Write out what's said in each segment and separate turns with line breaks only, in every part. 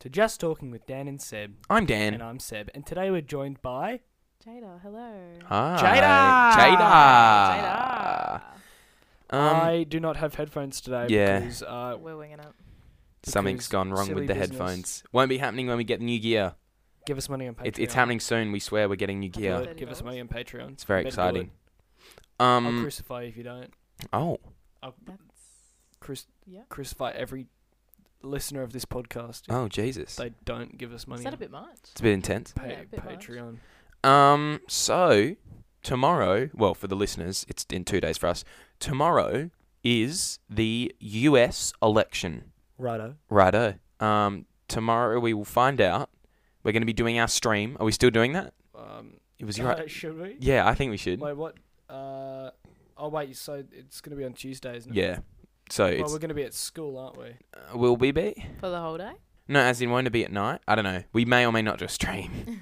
to Just Talking with Dan and Seb.
I'm
And
Dan.
I'm Seb. And today we're joined by.
Jada, hello.
Hi. Jada. Um,
I do not have headphones today
yeah.
because uh,
Jada. We're winging it.
something's
because
gone wrong
silly
with the
business.
headphones. Won't be happening when we get new gear.
give us money on Patreon.
It, it's happening soon. We swear we're getting new
Okay.
Do
gear.
it, Give us money on Patreon.
It's very
Better do
exciting.
it. I'll
Um.
crucify you if you don't.
Oh.
I'll
That's
cruc-
yeah.
crucify every listener of this podcast if
Oh Jesus.
they don't give us money.
Is that a
on
bit much?
It's a bit intense.
pa-
yeah, a bit much.
Patreon.
Um. So tomorrow, well, for the listeners, it's in two days for us. Tomorrow is the U.S. election.
Righto.
Righto. Um, tomorrow we will find out. We're going to be doing our stream. Are we still doing that?
Um,
It was your.
should we?
Yeah, I think we should.
Wait, what? Uh, oh, wait. So it's going to be on Tuesdays now.
Yeah. So
Well,
it's
we're going to be at school, aren't we?
uh, will we be?
For the whole day?
No, as in won't it be at night? I don't know. We may or may not just stream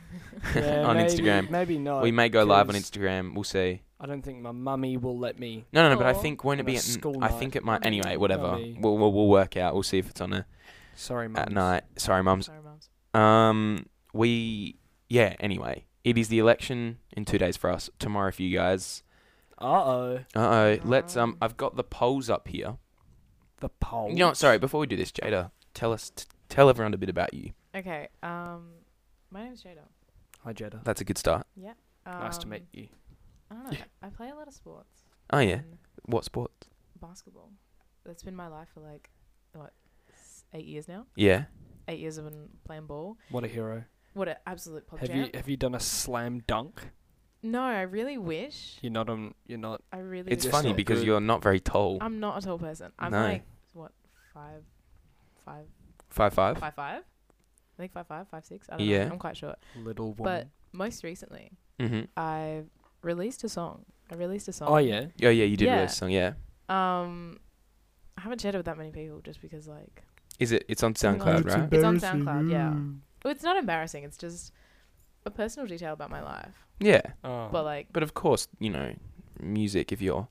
Yeah,
on
maybe-
Instagram.
Maybe not.
We may go live on
Uh, because-
Instagram. We'll see.
I don't think my mummy will let me.
No, no, no. But I
Or
think won't it
on a
be at? n-
school
I
night.
think it might. Anyway,
Maybe.
whatever.
Maybe.
We'll, we'll we'll work out. We'll see if it's on a
Sorry, mum.
at night. Sorry, mums.
Sorry, mums.
Um, we yeah. Anyway, it is the election in two days for us. Tomorrow for you guys.
Uh oh.
Uh oh. Let's um.
Um.
I've got the polls up here.
The poll.
You know, what, sorry. Before we do this, Jada, tell us, t- tell everyone a bit about you.
Okay. Um, my name's Jada.
Hi, Jeddah.
That's a good start.
Um,
nice to meet you.
I don't know. I play a lot of sports.
Oh yeah.
and
What sport?
Basketball. That's been my life for like, what, s- eight years now?
Yeah.
Eight years I've been playing ball.
What a hero.
What an absolute pop
Have
jam.
you have you done a slam dunk?
No, I really wish.
You're not on. You're not.
I really
It's
wish
funny
that-
not
because
good.
you're not very tall.
I'm not a tall person. I'm
No.
like, what, five, five?
Five five.
five five. I think five five, five six. I don't
Yeah.
know. I'm quite short.
Little
But
woman.
most recently,
Mm-hmm.
I released a song. I released a song.
oh yeah.
Oh yeah, you did
Yeah.
release a song. Yeah.
Um, I haven't shared it with that many people just because like
Is it? It's on
Something like
SoundCloud,
that.
right?
it's on SoundCloud. Yeah. Well, it's not embarrassing. It's just a personal detail about my life.
Yeah.
Oh.
But like,
But of course, you know, music. If you're,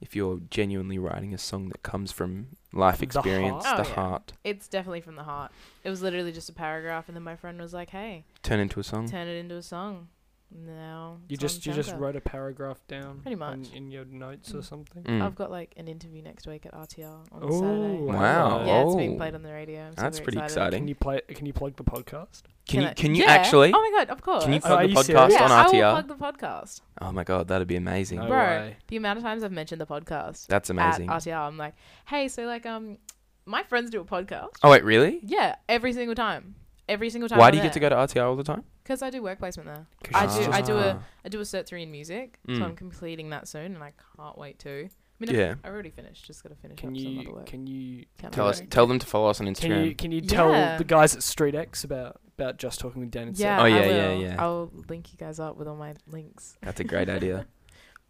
if you're genuinely writing a song that comes from life
The
experience, the
heart.
heart,
Oh, yeah. it's definitely from the heart. It was literally just a paragraph, and then my friend was like, "Hey,
turn into a song.
turn it into a song." Now
you
it's on
just you just
SoundCloud.
wrote a paragraph down.
Pretty
on-
much.
in your notes or
Mm.
something.
Mm.
I've got like an interview next week at RTR on
Ooh,
Saturday.
Wow.
Yeah, it's being
Oh.
played on the radio. I'm
That's
super
pretty
excited.
exciting.
Can you play? Can you plug the podcast?
Can you
I-
can you
Yeah.
actually
Oh my god, of course.
can you
Oh,
plug
are
the
you
podcast
serious?
yeah,
on RTR?
I will plug the podcast.
oh my god, that'd be amazing.
No
Bro,
way.
The amount of times I've mentioned the podcast
That's amazing.
at RTR, I'm like, hey, so like, um, my friends do a podcast.
oh wait, really?
Yeah, every single time. Every single time.
Why do you get to go to RTR all the time?
Because I do work placement there.
'Cause
I
she's
do.
just-
I do a.
Ah.
I do a cert three in music,
Mm.
so I'm completing that soon, and I can't wait to. I mean, I've-
Yeah.
I've already finished. Just gotta finish
Can
up some other
you
work.
can you
Can't
Tell
wait.
us. Tell them to follow us on Instagram.
can you can you tell
Yeah.
the guys at Street X about about just talking with Dan and Seb?
Yeah.
Oh,
I
yeah, yeah,
will.
yeah.
I'll link you guys up with all my links.
That's a great idea.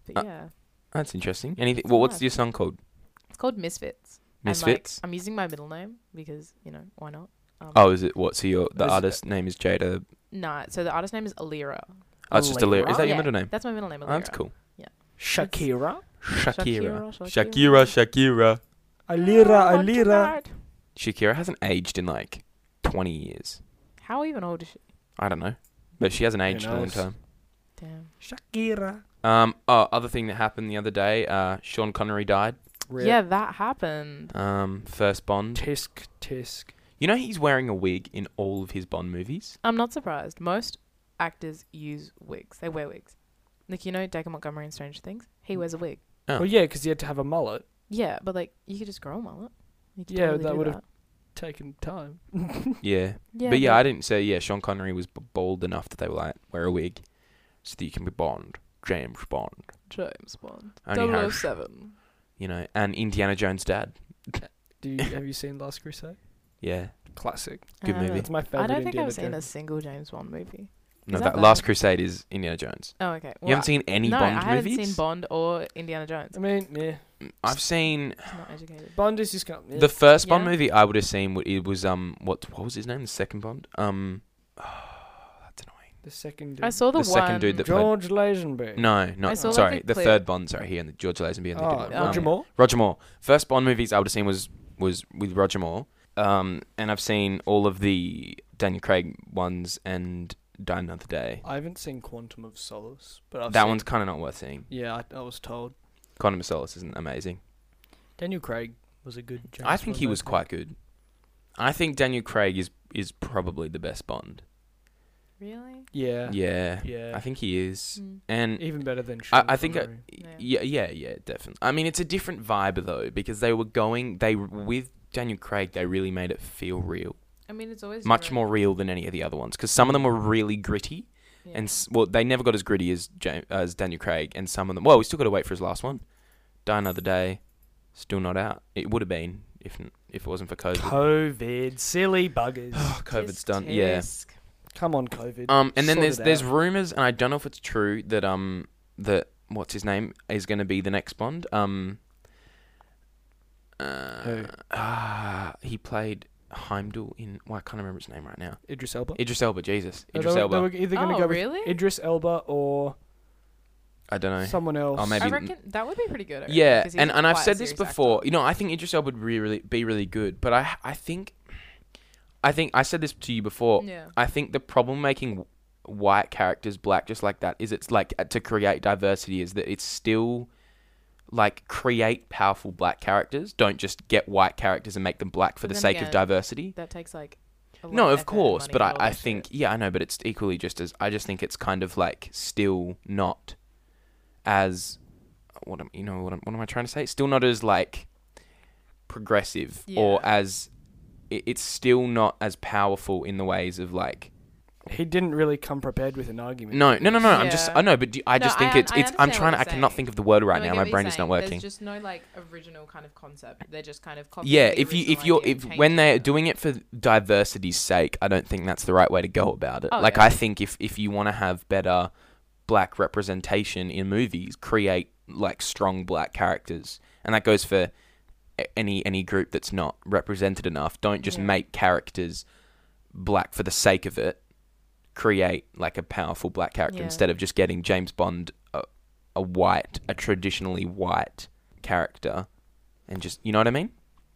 But
Uh,
yeah,
That's interesting. Anything?
It's
Well, what's
nice.
your song called?
it's called Misfits. And, like,
Misfits.
I'm using my middle name because you know why not. Um,
oh, is it what? So your the
Is it-
artist name is Jada.
Nah, so the artist name is Alira.
Oh, it's just a lyric. Is that
Yeah,
your middle name?
That's my middle name.
Oh,
Alira.
that's cool.
Shakira.
Shakira.
Shakira,
Shakira. Shakira.
Alira,
Oh,
Alira.
tonight.
Shakira hasn't aged in like 20 years.
How even old is she?
I don't know, but she hasn't
Who
aged in a long
knows?
time.
Damn.
Shakira.
Um. Oh, other thing that happened the other day. Uh, Sean Connery died.
Yeah, that happened.
Um, first Bond.
Tisk tisk.
You know he's wearing a wig in all of his Bond movies.
I'm not surprised. Most actors use wigs. They wear wigs. Like you know, Dacre Montgomery in Stranger Things, he wears a wig.
Oh.
Well, yeah, because you had to have a mullet.
Yeah, but like you could just grow a mullet. You could
Yeah,
totally
that
do
would've- Taking time.
Yeah.
Yeah,
but yeah, I didn't say yeah. Sean Connery was b- bold enough that they were like wear a wig, so that you can be Bond, James Bond.
James Bond.
Only Harry-
007.
You know, and Indiana Jones' dad.
Do you, have you seen Last Crusade?
Yeah.
Classic.
Good
I
movie.
haven't-
It's my favorite.
I don't think
Indiana
I've seen a
Jones.
single James Bond movie.
No,
that
that,
bad?
Last Crusade is Indiana Jones.
Oh, okay.
You haven't seen any
no,
Bond
I haven't
movies? Mm,
seen Bond or Indiana Jones.
I mean, yeah.
I've seen
I'm not educated.
Bond is just kind of,
The first Bond
Yeah.
movie I would have seen would it was um what what was his name the second Bond um
the second.
I saw the,
the
one.
second dude that-
George Lazenby.
no
I
not
saw, like,
sorry
a
the
clip.
third Bond sorry he and the George Lazenby and the
Oh,
um,
Roger Moore.
Roger Moore first Bond movies I would have seen was was with Roger Moore Um, and I've seen all of the Daniel Craig ones and Die Another Day.
I haven't seen Quantum of Solace, but I've
that
seen-
one's kind of not worth seeing.
Yeah, I, I was told
Quantum of Solace isn't amazing.
Daniel Craig was a good. James
I think he
Bond,
was
think.
quite good. I think Daniel Craig is is probably the best Bond.
Really?
Yeah.
Yeah,
Yeah.
I think he is.
Hmm.
Mm.
And
Even better than.
I-
Sean
I think I-
Connery.
Yeah.
yeah, yeah, yeah, definitely. I mean, it's a different vibe though because they were going they with Daniel Craig. They really made it feel real,
I mean, it's always
much
different.
more real than any of the other ones. Because some of them were really gritty,
Yeah.
and s- well, they never got as gritty as James, as Daniel Craig. And some of them, well, we still got to wait for his last one. Die another day, still not out. It would have been if n- if it wasn't for COVID.
COVID, silly buggers.
Oh, COVID's done. Yeah.
Tisk.
Come on, COVID.
Um, and then
Sort
there's
it
there's
out.
rumors, and I don't know if it's true that um that what's his name is going to be the next Bond. Um, uh,
Who?
Ah, he played Heimdall in. Well, I can't remember his name right now.
Idris Elba.
Idris Elba. Jesus,
No,
Idris
they, were,
Elba.
they were either going to
Oh,
go with
really?
Idris Elba or
I don't know.
someone else.
Oh, maybe-
I reckon that would be pretty good. I reckon,
yeah,
'cause he's
and and I've
quite a
said this
serious actor.
before. You know, I think Idris Elba would be really be really good, but I I think, I think I said this to you before.
Yeah.
I think the problem making white characters black just like that is it's like uh, to create diversity is that it's still like create powerful black characters. Don't just get white characters and make them black for
But
the
then
sake of
again,
diversity.
That takes like. A lot
No,
of
of
effort and
course,
money
but
and
I,
all
I
that
think
shit.
yeah, I know, but it's equally just as I just think it's kind of like still not as what am you know what am, what am I trying to say? It's still not as like progressive or
Yeah.
as it, it's still not as powerful in the ways of like
he didn't really come prepared with an argument.
no, no, no, no. I'm just.
Yeah.
I know, but do, I
No,
just think
I-
it's.
I
It's. I'm
understand what
trying. to I
you're
cannot
saying.
think of the word right
No, I
now.
get
My
what you're
brain is not
saying.
working.
There's just no like original kind of concept. They're just kind of copying.
Yeah,
the
if you if
original
you're
idea
if
and
when they're
changing it.
doing it for diversity's sake, I don't think that's the right way to go about it.
Oh,
like
yeah.
I think if if you want to have better black representation in movies, create like strong black characters, and that goes for a- any any group that's not represented enough. Don't just
Yeah.
make characters black for the sake of it. Create like a powerful black character
Yeah.
instead of just getting James Bond a, a white, a traditionally white character, and just you know what I mean.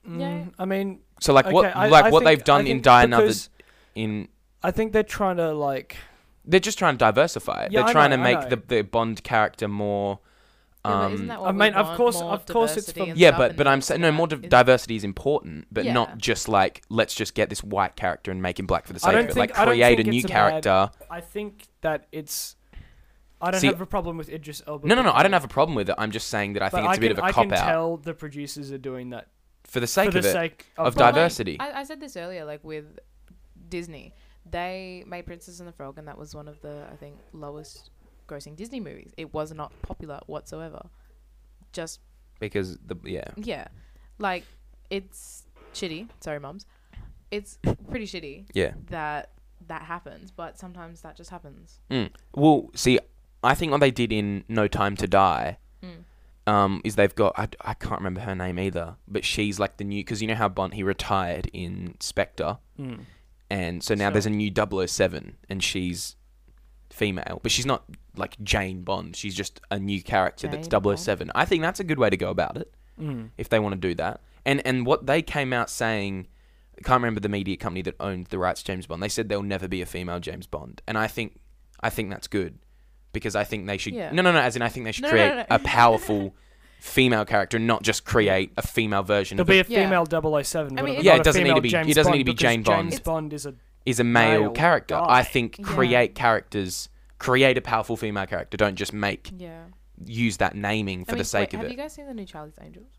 Yeah.
Mm, I mean,
So like what
okay, I-
like
I
what
think-
they've
I
done in
think
Die Another
because
in
I think they're trying to like.
they're just trying to diversify it.
Yeah,
they're
I
trying
know, I
to make the,
know.
the Bond character more
Yeah, but
um
isn't that what
I
we
mean, of
want?
course-
More
of course it's
diversity
from-
and
yeah,
stuff
but
in
but
the
I'm
mix
saying
and
no
that.
more di-
Is-
diversity is important, but
Yeah.
not just like let's just get this white character and make him black for the
I
sake of
don't
it. Like
think- I don't
create a
think
new
it's a bad-
character.
I think that it's. I don't
See-
have a problem with Idris Elba.
No, no, no. I don't
because-
have a problem with it. I'm just saying that I
but
think it's
can,
a bit of a
I
cop
can
out
tell the producers are doing that
for the sake
for
of
the
it.
sake of,
of
Well, like,
diversity.
I, I said this earlier, like with Disney, they made Princess and the Frog, and that was one of the I think lowest grossing Disney movies. It was not popular whatsoever. Just
Because the yeah.
yeah, like it's shitty. Sorry, mums. It's pretty shitty
Yeah.
that that happens, but sometimes that just happens.
Mm. Well, see, I think what they did in No Time to Die
Mm.
um, is they've got I, I can't remember her name either, but she's like the new because you know how Bond he retired in Spectre,
Mm.
and so now
Sure.
there's a new 007 and she's female, but she's not like Jane Bond. She's just a new character
Jane Bond.
that's 007. I think that's a good way to go about it
Mm.
if they want to do that. And and what they came out saying, I can't remember the media company that owned the rights to James Bond. They said there'll never be a female James Bond, and I think I think that's good because I think they should.
Yeah.
No, no, no. As in, I think they should
No, no,
create
no.
a powerful female character, and not just create a female version.
There'll
Of
be
it,
a
Yeah.
female 007.
I mean,
but
it-
Yeah,
not
it
a
doesn't need to
female
be-
James
it doesn't need to
Bond
be Jane
because James
Bond.
Bond is a.
is a male,
male
character.
guy.
I think
Yeah.
create characters, create a powerful female character. Don't just make
Yeah.
use that naming for
I mean,
the sake
wait,
of
have
it.
you guys seen the new Charlie's Angels?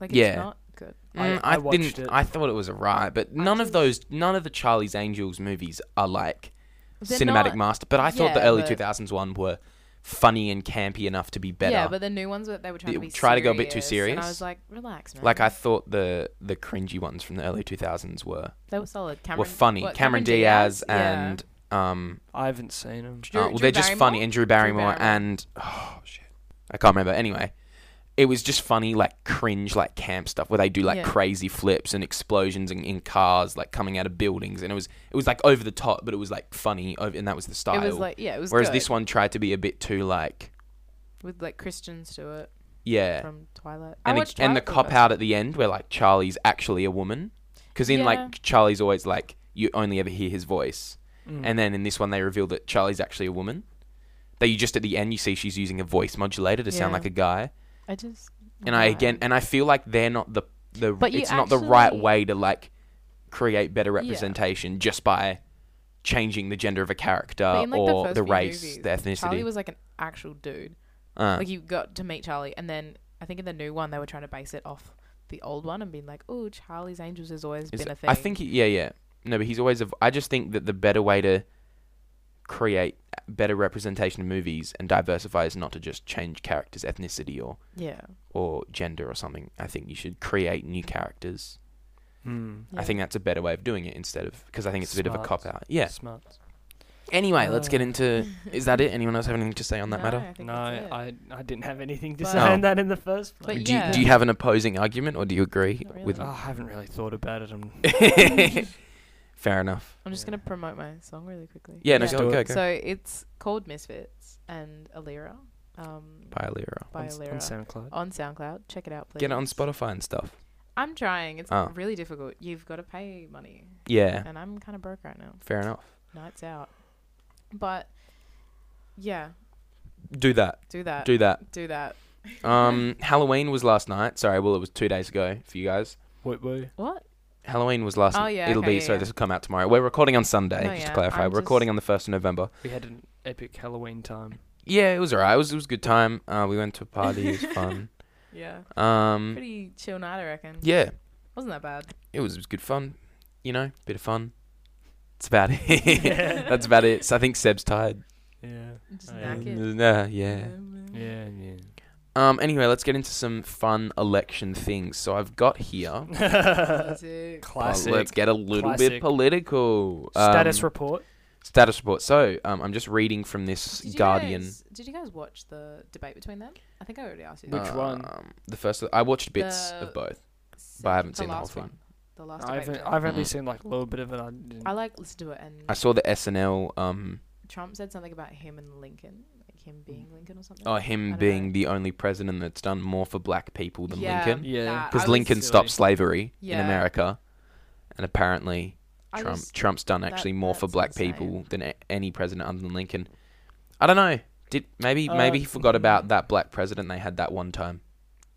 Like
Yeah.
it's not good.
Mm,
I-
I,
I watched
didn't.
it.
I thought it was alright, but none of
just-
those, none of the Charlie's Angels movies are like
They're
cinematic
not-
master. But I thought the
yeah,
early
but-
two thousands one were funny and campy enough to be better.
Yeah, but the new ones that they were trying
They
to be
try to go a bit too
And I
serious.
was like, relax, man.
like I thought the the cringy ones from the early two thousands were
they were solid. Cameron
were funny.
what,
Cameron, Diaz, and um,
I haven't seen him.
Drew-
uh, well,
Drew
they're just funny.
Barrymore?
And Drew Barrymore,
Barrymore.
and oh shit, I can't remember. Anyway, it was just funny, like cringe, like camp stuff where they do like
Yeah.
crazy flips and explosions in, in cars, like coming out of buildings, and it was it was like over the top, but it was like funny, over, and that was the
yeah.
style.
It was like yeah, it was.
Whereas
good.
this one tried to be a bit too like
with like Christian Stewart
yeah,
from Twilight. I
and, a-
watched
Eh. and the
Twilight for
cop
first
out at the end where like Charlie's actually a woman.
time.
Because in
Yeah.
like Charlie's always like you only ever hear his voice,
Hmm.
Mm.
and then in this one they reveal that Charlie's actually a woman. That you just at the end you see she's using a voice modulator to sound
Yeah.
like a guy,
I just.
and I again uh, and I feel like they're not the the
But you
it's not the right
actually-
way to like create better representation just by changing the gender of a character
But in, like,
or the,
first few
race,
movies,
the ethnicity.
Charlie was like an actual dude.
uh,
Like you got to meet Charlie, and then I think in the new one they were trying to base it off the old one and being like, "Oh, Charlie's Angels has always
Is-
been a thing."
I think, he, yeah, yeah. No, but he's always. A, I just think that the better way to create better representation in movies and diversify is not to just change characters' ethnicity or
Yeah.
or gender or something. I think you should create new characters.
Mm.
I
Yeah.
think that's a better way of doing it instead of because I think it's a bit of a
Smart.
cop out. Yeah.
Smart.
Anyway, let's get
Uh.
into. Is that it? Anyone else have anything to say on that
Oh. No,
matter?
I think
No,
that's it.
I I didn't have anything to
But-
say on that in the first
But
place.
do,
yeah.
you, do you have an opposing argument or do you agree
Not
with?
Oh, I haven't really thought about it. I'm
Fair enough.
I'm just
Yeah.
gonna promote my song really quickly.
Yeah, no,
Yeah.
go,
Do
go,
it.
go.
So it's called Misfits and Alira. Um,
Bye, Lyra.
by
on, s- on
Alira
SoundCloud.
on SoundCloud. Check it out, please.
Get it on Spotify and stuff.
I'm trying. It's
Oh.
really difficult. You've got to pay money,
Yeah.
and I'm kind of broke right now.
Fair enough.
Nights out, but yeah,
Do that.
do that.
Do that.
do that.
Um, Halloween was last night. Sorry, well, it was two days ago for you guys.
Woo woo.
What?
Halloween was last.
Oh, yeah,
It'll
okay,
be.
yeah,
so
yeah.
this will come out tomorrow. We're recording on Sunday.
No,
just to
yeah,
clarify,
I'm
we're recording
just-
on the first of November.
We had an epic Halloween time.
Yeah, it was alright. It was it was a good time. Uh, we went to a party. It was fun.
Yeah,
Um,
pretty chill night, I reckon.
yeah,
wasn't that bad.
it was, it was good fun. You know, bit of fun. It's about it. That's about it. So I think Seb's tired.
Yeah.
Just
Oh, yeah.
knackered.
Nah, yeah.
Mm.
Yeah, yeah.
Um. Anyway, let's get into some fun election things. So I've got here.
Classic.
Classic.
let's get a little
Classic.
bit political.
Status
Um,
report.
Status report. So um, I'm just reading from this
Did you
Guardian.
guys- did you guys watch the debate between them? I think I already asked you.
Which
that.
Uh, one?
Um, The first. I watched bits
The-
of both,
Sec-
but I haven't seen the whole
last
thing.
One. The last
I
debate.
haven't.
between them.
I've only
Mm.
seen like a little bit of it. I didn't-
I like listened to it, and
I saw the SNL. Um,
Trump said something about him and Lincoln, like him being Lincoln or something.
oh,
I
him
don't
being
know.
the only president that's done more for black people than
Yeah,
Lincoln,
Yeah.
that-
because
I was-
Lincoln
Silly.
stopped slavery in
Yeah.
America, and apparently
I
Trump
was-
Trump's done
that-
actually more for
that's
black
insane.
people than a- any president other than Lincoln. I don't know. Did maybe
Uh,
maybe he forgot about that black president they had that one time.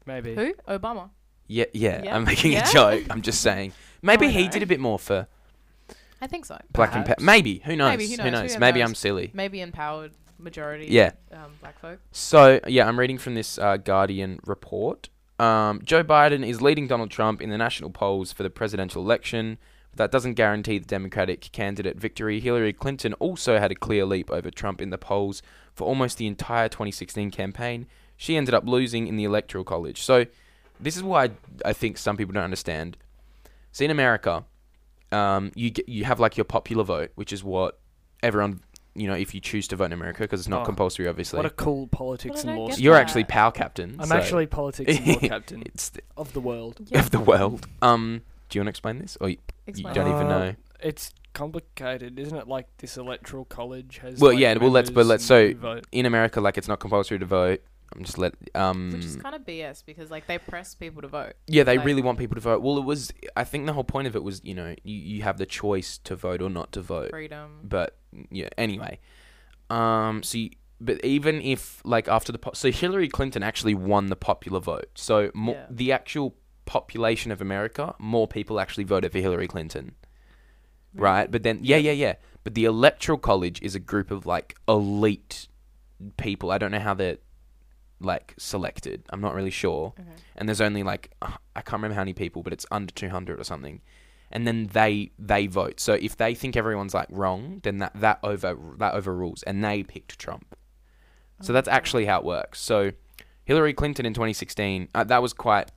Maybe.
who? Obama.
Yeah, yeah,
Yeah.
I'm making
Yeah. Oh,
a joke. I'm just saying. Maybe
I
he
know.
did a bit more for
I think so.
black and
Perhaps.
pe- maybe who knows?
Maybe, who
who knows?
knows? Who
Maybe
knows?
I'm silly.
Maybe empowered majority.
Yeah.
Um, black folk.
So yeah, I'm reading from this uh, Guardian report. Um, Joe Biden is leading Donald Trump in the national polls for the presidential election. But that doesn't guarantee the Democratic candidate victory. Hillary Clinton also had a clear leap over Trump in the polls for almost the entire 2016 campaign. She ended up losing in the Electoral College. So this is why I think some people don't understand. So in America, um, you get, you have like your popular vote, which is what everyone you know if you choose to vote in America because it's not
Oh,
compulsory, obviously.
What a cool politics
But I
and
don't
law.
get
student.
You're
that.
actually POW captain.
I'm
so
actually politics and law captain
It's the,
of the world.
Yeah.
of the world. Um, do you want to explain this, or you, you
Explain.
don't even
Uh,
know?
It's complicated, isn't it? Like this electoral college has.
Well,
like,
yeah, well, let's- but
members
let's-
and
so-
who vote.
In America, like it's not compulsory to vote. I'm just let. Um,
Which is kind of BS because like they press people to vote.
yeah, they
like-
really want people to vote. Well, it was. I think the whole point of it was, you know, you, you have the choice to vote or not to vote.
Freedom.
But yeah, anyway. Um, so you, but even if like after the po- so Hillary Clinton actually won the popular vote. So mo-
Yeah.
the actual population of America, more people actually voted for Hillary Clinton. right? But then, yeah, yeah, yeah. But the electoral college is a group of like elite people. I don't know how they're like selected. I'm not really sure.
Okay.
And there's only like uh, I can't remember how many people, but it's under 200 or something. And then they they vote. So if they think everyone's like wrong, then that that over that overrules, and they picked Trump. So that's
Okay.
actually how it works. So Hillary Clinton in 2016, uh, that was quite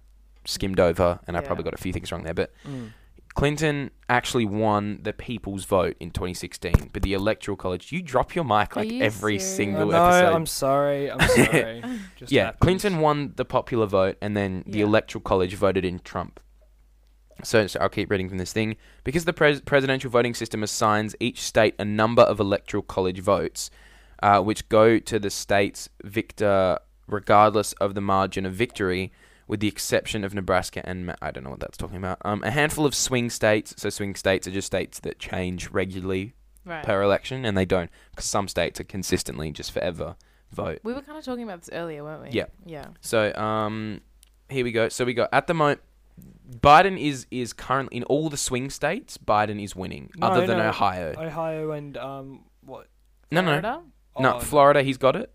skimmed over, and I
Yeah.
probably got a few things wrong there, but.
Uh,
Clinton actually won the people's vote in 2016, but the electoral college. You drop your mic
Are
like
you
every
serious?
I
single
know,
episode.
I'm sorry. I'm sorry. Just
yeah,
happens.
Clinton won the popular vote, and then the
Yeah.
electoral college voted in Trump. So, so I'll keep reading from this thing. Because the pres- presidential voting system assigns each state a number of electoral college votes, uh, which go to the state's victor regardless of the margin of victory. with the exception of Nebraska and Ma- I don't know what that's talking about. Um, a handful of swing states. So swing states are just states that change regularly
Right.
per election, and they don't because some states are consistently just forever vote.
we were kind of talking about this earlier, weren't we?
Yeah.
Yeah.
So um, here we go. So we got at the moment. Biden is is currently in all the swing states. Biden is winning,
No,
other than
no.
Ohio.
Ohio and um what?
no, no,
Florida?
no.
oh,
Florida, he's got it.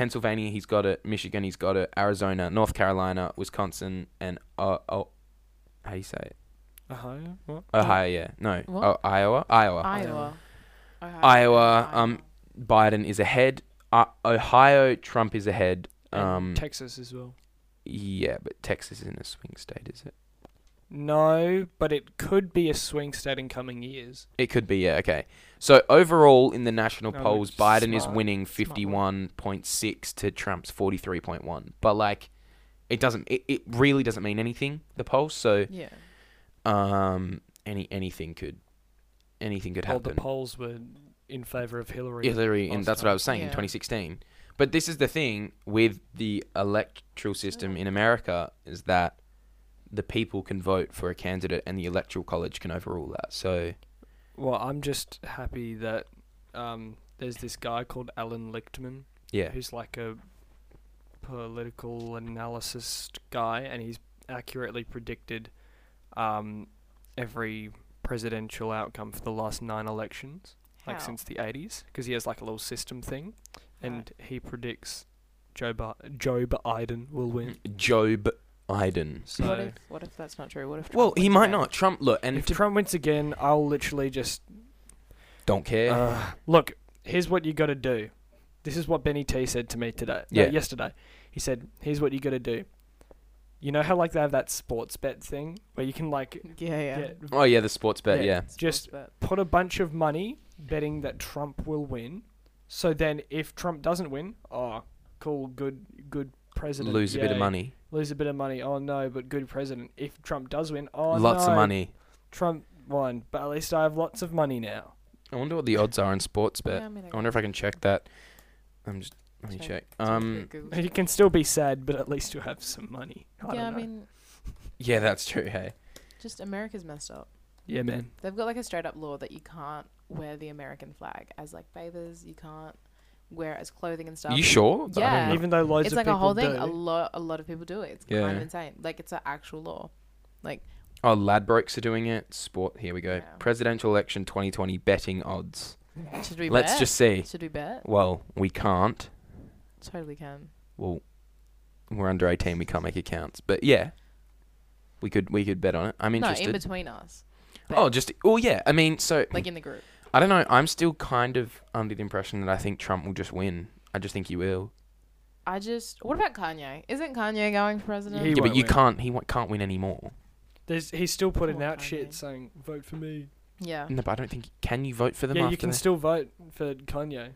Pennsylvania, he's got it. Michigan, he's got it. Arizona, North Carolina, Wisconsin, and uh, oh, how do you say it?
Ohio. What?
Ohio? Yeah, no,
What?
Oh, Iowa, Iowa.
Iowa. Ohio.
Iowa, um, Biden is ahead. Uh, Ohio, Trump is ahead.
And
Um,
Texas as well.
yeah, but Texas isn't a swing state, is it?
No, but it could be a swing state in coming years.
It could be, yeah. Okay. So overall in the national
No,
polls,
but
Biden is
smart-
winning fifty-one point six to Trump's forty-three point one. But like, it doesn't. It, it really doesn't mean anything. The polls. So
Yeah.
um, any anything could, anything could
Well, the
happen.
polls were in favor of Hillary.
Hillary, and
last
that's what
time.
I was saying in
Yeah.
2016. But this is the thing with the electoral system in America is that the people can vote for a candidate, and the electoral college can overrule that. So
Well, I'm just happy that um, there's this guy called Alan Lichtman
yeah,
who's like a political analysis guy, and he's accurately predicted um, every presidential outcome for the last nine elections, like
How?
since the 80s, because he has like a little system thing, and he predicts Joe Bi- Joe Biden will win.
Job Biden.
So
what if what if that's not true? What if
Well,
Trump
he
wins
might
again?
not. Trump, look, and
if
to-
Trump wins again, I'll literally just
don't care.
Uh, look, here's what you got to do. This is what Benny T said to me today.
Yeah.
No, yesterday. He said, "Here's what you got to do." You know how like they have that sports bet thing where you can like
Yeah, yeah.
get,
oh yeah, the sports bet. Yeah,
Yeah.
Sports
just-
bet.
put a bunch of money betting that Trump will win. So then, if Trump doesn't win, oh, cool, good, good president.
lose a bit of
yay.
money,
Lose a bit of money. Oh no, but good president. If Trump does win, oh
lots of
no,
money.
Trump won, but at least I have lots of money now.
I wonder what the odds are in sports bet.
Yeah, I mean, I
I wonder if I can check that. I'm just let me
Check.
check.
guess it's
Um,
pretty good.
You can still be sad, but at least you have some money. I
yeah,
don't
I
know.
mean,
yeah, that's true. Hey,
just America's messed up.
Yeah, man.
They've got like a straight up law that you can't wear the American flag as like bathers. You can't wear it as clothing and stuff.
you sure? I
Yeah.
don't know.
Even though loads
It's
of
like a
people
whole thing.
do.
A lot, a lot of people do it. It's kind
Yeah.
of insane. Like it's an actual law.
Oh, Ladbrokes are doing it. Sport. Here we go.
Yeah.
Presidential election 2020 betting odds.
Should we
Let's
bet?
just see.
Should we bet?
Well, we can't.
Totally can.
Well, we're under 18. We can't make accounts. But yeah, we could we could bet on it. I'm
No, in
interested.
between us.
oh,
bet.
just oh yeah. I mean, so
Like in the group.
I don't know. I'm still kind of under the impression that I think Trump will just win. I just think he will.
I just. What about Kanye? Isn't Kanye going for president?
He
yeah, but
won't
you
win.
can't. He wa- can't win anymore.
There's, he's still putting
Poor
out
Kanye.
shit saying, vote for me.
yeah.
Mm.
No, but I don't think. Can you vote for them
yeah,
after
you can
that?
still vote for Kanye.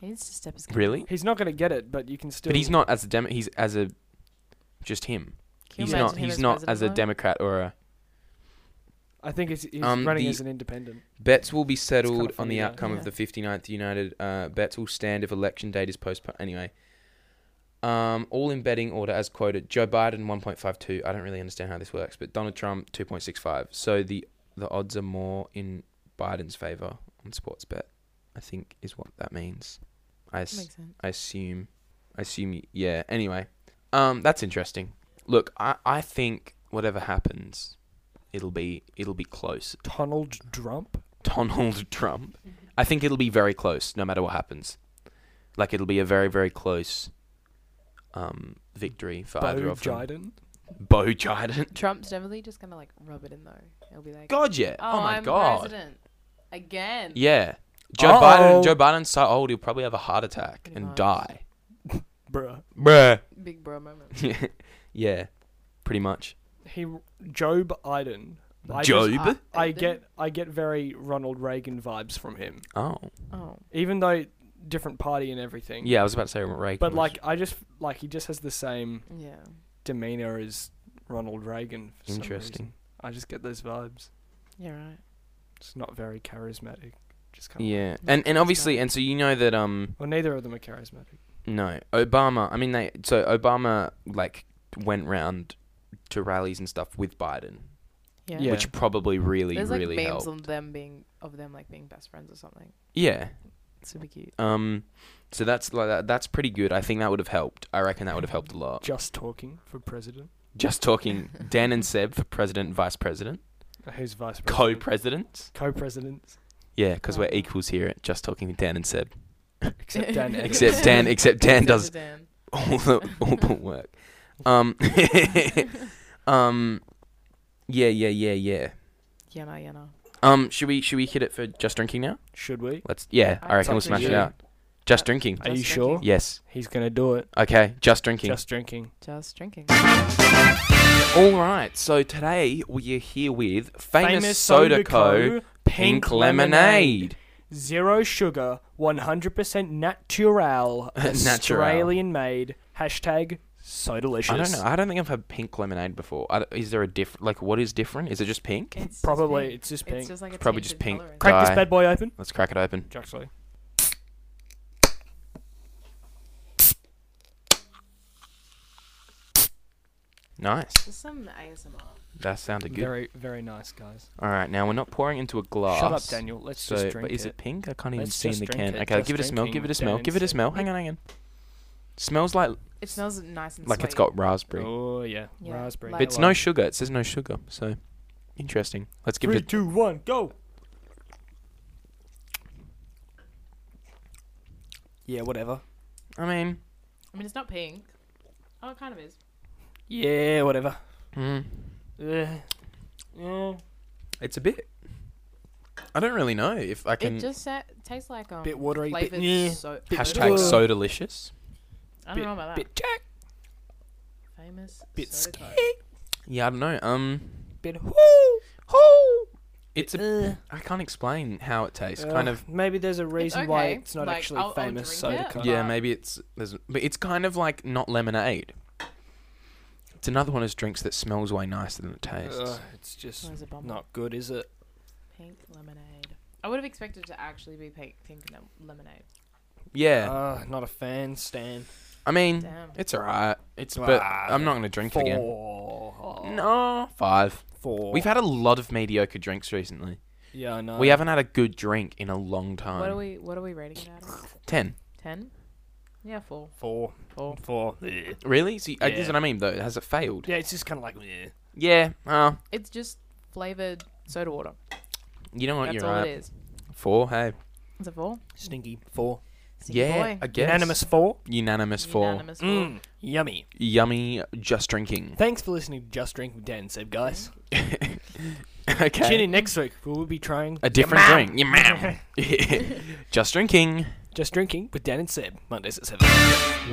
He needs to step his game
Really?
up.
He's not going to get it, but you can still.
But he's not as a dem. He's as a just him.
Can you
He's
imagine
not.
him
He's not
president,
as a
though?
Democrat or a.
I think he's, he's
Um,
running
the-
as an independent.
Bets will be settled
kinda
on
funny,
the
yeah.
outcome
Yeah.
of the 59th United. Uh, bets will stand if election date is postponed. Anyway, um, all in betting order as quoted. Joe Biden 1.52. I don't really understand how this works, but Donald Trump 2.65. So the the odds are more in Biden's favor on sports bet. I think is what that means. I s-
Makes sense.
I assume. I assume. y- Yeah. Anyway, um, that's interesting. Look, I I think whatever happens, it'll be it'll be close.
Donald Trump?
Donald Trump. I think it'll be very close, no matter what happens. Like it'll be a very very close, um, victory for either
Bo
of them.
Jiden?
Bo Jiden.
Trump's definitely just gonna like rub it in though. It'll be like,
God yeah. Oh, my
I'm
God.
president again.
Yeah. Joe
Uh-oh.
Biden. Joe Biden's so old he'll probably have a heart attack
Pretty
and
much.
die.
Bruh.
Bruh.
Big bro moment.
yeah. Pretty much.
He, Job Iden. I just- uh,
Job.
Ah,
Oh, I
Biden?
get, I get very Ronald Reagan vibes from him.
oh.
Oh,
Even though different party and everything.
Yeah, I was about to say Reagan.
But
was-
like, I just like he just has the same
yeah.
demeanor as Ronald Reagan. For some reason.
interesting.
I just get those vibes.
You're right.
It's not very charismatic. Just kind of.
Yeah, and and obviously, and so you know that um
Well, neither of them are charismatic.
no Obama. I mean they so Obama like went round to rallies and stuff with Biden,
Yeah.
Yeah.
which probably really
There's like
really
memes
helped.
on them being of them like being best friends or something.
yeah.
Super cute.
Um. So that's like that, that's pretty good. I think that would have helped. I reckon that would have helped a lot.
Just talking for president.
Just talking Dan and Seb for president and vice president,
Uh, Who's vice
co
president?
presidents.
Co-presidents.
Yeah, because we're
Wow.
equals here at Just Talking with Dan and Seb.
Except Dan. Eggers.
Except Dan, except Dan
Except
does
for Dan.
all the all the work. Um, um, yeah, yeah, yeah, yeah.
Yana Yana.
Um, should we should we hit it for just drinking now?
Should we?
Let's yeah,
I
I reckon we'll
think
smash
we
it
should.
out. Just drinking.
Are you
Just
sure?
drinking.
Yes.
He's gonna do it.
Okay. Just drinking.
Just drinking.
Just drinking.
All right. So today we are here with famous, soda co. Pink lemonade.
Zero sugar, 100% natural, Australian made. Hashtag so delicious.
I don't know. I don't think I've had pink lemonade before. I don't- is there a diff? Like, what is different? Is it just pink?
It's just
Probably
pink.
it's just
It's
pink.
just like a
Probably just
tainted
pink.
colouring.
Crack
Guy.
this bad boy open.
Let's crack it open.
Actually,
Nice.
Just some ASMR.
That sounded good.
very very nice guys.
All right. Now we're not pouring into a glass.
Shut up, Daniel. Let's
So,
just
but
drink
is it
it.
pink? I can't even
Let's
see in
just
the
drink
can.
it.
Okay,
Just
give it a smell.
drinking
Give it a smell.
down
Give it a
instead.
smell. Hang on, hang on. Smells like
It smells nice and
like
sweet.
it's got raspberry,
Oh yeah,
Yeah,
raspberry.
like-
but it's no sugar. It says no sugar. So interesting. Let's give
Three,
it.
two, one, go. Yeah, whatever.
A, I mean,
I mean, it's not pink. Oh, it kind of is.
Yeah, whatever.
mm,
Ugh.
Oh,
Yeah.
it's a bit. I don't really know if I can.
it just sa- tastes like um.
Bit watery, bit
flavoured
yeah,
so-
bit
hashtag
soda.
Ugh.
so delicious.
I don't
bit-
know about that.
Bit jack,
Famous.
bit
soda
skinny,
coke.
Yeah, I don't know. Um,
bit whoo, whoo.
it's a.
Ugh.
I can't explain how it tastes.
Ugh,
kind of.
Maybe there's a reason why
okay,
it's not
like,
actually
I'll- I'll
famous
drink
soda
it,
coke.
Yeah,
but-
maybe it's there's, but it's kind of like not lemonade. It's another one of those drinks that smells way nicer than it tastes.
Ugh, it's just
That was a bummer.
not good, is it?
Pink lemonade. I would have expected it to actually be pink, pink lem- lemonade.
Yeah,
Uh, not a fan, Stan.
I mean,
Damn.
Mm. it's alright. It's but
Ah,
I'm not gonna drink it again.
Four.
No, five.
Four.
We've had a lot of mediocre drinks recently.
Yeah, I know.
We haven't had a good drink in a long time.
What are we? What are we rating it out of?
Ten.
Ten. Yeah, four.
four.
Four.
Four. Yeah,
Really? See, uh, this is
Yeah.
what I mean though. Has it failed?
it's just kind of like yeah.
Yeah. uh,
It's just flavored soda water.
you know what?
That's
you're
all
right.
it is.
Four. Hey.
It's a four.
stinky. Four.
Stinky
yeah.
boy.
I guess.
Unanimous four.
Unanimous four.
Unanimous four.
Mm, yummy.
Yummy. Just drinking.
Thanks for listening to Just Drink with Dan and Seb, guys.
okay.
Tune in next week. We'll be trying
A different drink. Your mom. Just drinking.
Just Drinking with Dan and Seb, Mondays at 7.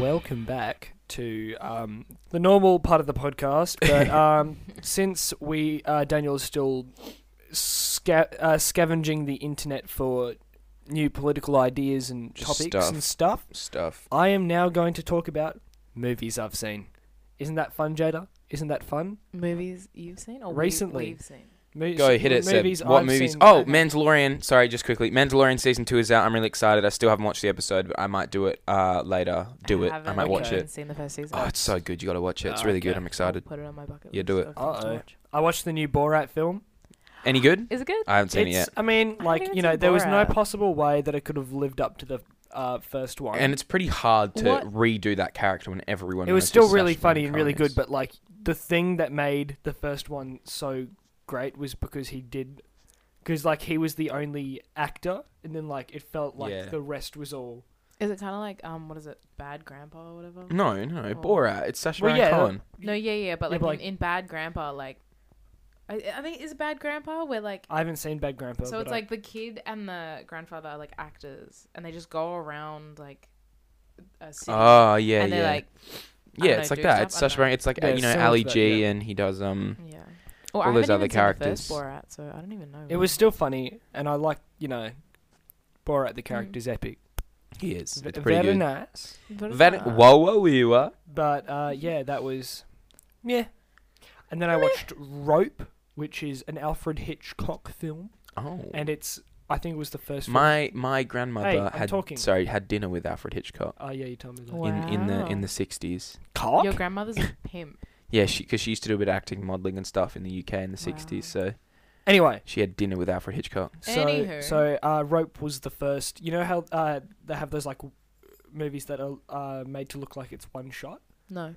Welcome back to um, the normal part of the podcast. But um, since we, uh, Daniel is still sca- uh, scavenging the internet for new political ideas and
Just
topics
stuff.
and stuff,
Stuff.
I am now going to talk about movies I've seen. Isn't that fun, Jada? Isn't that fun?
Movies you've seen or we-
Recently.
we've seen.
Mo-
Go hit it, Seb.
movies
What
I've
movies?
seen-
Oh,
Okay.
Mandalorian. Sorry, just quickly. Mandalorian season two is out. I'm really excited. I still haven't watched the episode, but I might do it uh, later. Do it. I
haven't-
might watch
okay.
it.
Seen the first season.
Oh, it's so good. You got to watch it. It's
Oh,
really good.
okay.
I'm excited.
I'll put it on my bucket.
Yeah, do
list
it.
of things to
Uh-oh.
watch.
I watched the new Borat film.
Any good?
Is it good?
I haven't seen it
It's-
yet.
I mean,
I
like
haven't
you know,
seen
there was no
Borat.
possible way that it could have lived up to the uh, first one,
And it's pretty hard to
What?
redo that character when everyone.
it was
knows
still
just
really
Sacha
funny
Baron
and really
Cohen
good.
is.
But like the thing that made the first one so great was because he did, because like he was the only actor, and then like it felt like
Yeah.
the rest was all.
Is it kind of like um, what is it? Bad Grandpa or whatever.
Mm-hmm.
no, no,
Oh.
Borat. It's Sacha
Well,
Baron
yeah, that-
Cohen.
No, yeah, yeah, but
Yeah,
like,
but, like-
in, in Bad Grandpa, like, I, I think it's Bad Grandpa where like,
I haven't seen Bad Grandpa.
so
but
it's
I-
like the kid and the grandfather are like actors, and they just go around like a city,
Oh yeah,
and they're
yeah.
like, I
Yeah,
don't
it's
know,
like
do
that.
stuff,
It's
I don't
such
know.
a, it's like
Yeah,
uh, you know
similar
Ali
to that,
G,
yeah.
and he does um.
yeah. Or
All
I
those
haven't
other
even seen the first
characters.
Borat, so I don't even know.
it was still funny, and I like you know, Borat
Mm.
the character's epic,
He is. It's
V-
pretty
very
good.
nice.
What is
Ven-
that?
whoa, whoa, wee, wah.
But uh,
Mm-hmm.
yeah, that was yeah. And then I watched Rope, which is an Alfred Hitchcock film,
Oh.
and it's I think it was the first.
my my grandmother
Hey, I'm
had
talking.
sorry had dinner with Alfred Hitchcock
Film. Oh yeah, you told me that.
Wow.
in in the in the sixties.
Cock.
Your grandmother's a pimp.
Yeah, she because she used to do a bit of acting, modeling, and stuff in the UK in the
Wow.
'60s. So
Anyway,
she had dinner with Alfred Hitchcock.
so
Anywho.
so uh, Rope was the first. You know how uh, they have those like w- movies that are uh, made to look like it's one shot.
No,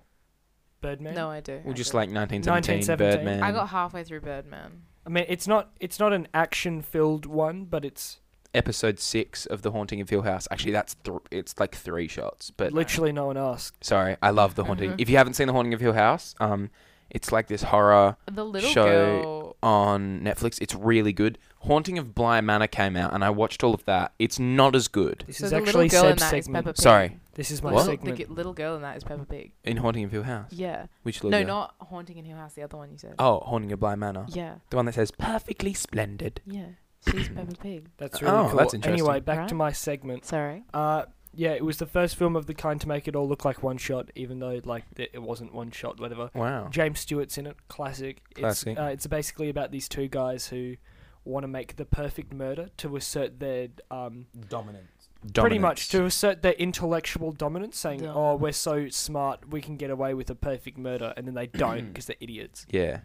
Birdman.
no, I do. I
Well, just
do.
like um, 1917,
1917.
Birdman.
I got halfway through Birdman.
I mean it's not it's not an action filled one, but it's
episode six of The Haunting of Hill House. Actually, that's th- it's like three shots, but
literally no one asked.
sorry, I love The Haunting.
Mhm.
If you haven't seen The Haunting of Hill House, um, it's like this horror
The little
Show-
girl.
on Netflix. It's really good. Haunting of Bly Manor came out, and I watched all of that. It's not as good
This
So
is
the
actually
little girl in
Seb's
that is
segment.
Peppa Pig.
Sorry.
This is
The
my
What?
little- The
segment.
g- little girl in that is Peppa Pig.
in Haunting of Hill House.
Yeah.
Which
No,
logo?
not Haunting in Hill House. The other one you said.
Oh, Haunting of Bly Manor.
Yeah.
The one that says perfectly splendid.
Yeah. She's Peppa Pig.
That's really
Oh,
cool.
that's interesting.
Anyway, back to
Right.
my segment.
Sorry.
Uh, yeah, it was the first film of the kind to make it all look like one shot, even though like th- it wasn't one shot, whatever.
Wow.
James Stewart's in it, classic.
Classic.
It's, uh, it's basically about these two guys who want to make the perfect murder to assert their um,
Dominance.
pretty much to assert their intellectual dominance, saying,
Yeah.
"Oh, we're so smart, we can get away with a perfect murder," and then they don't because they're idiots,
Yeah,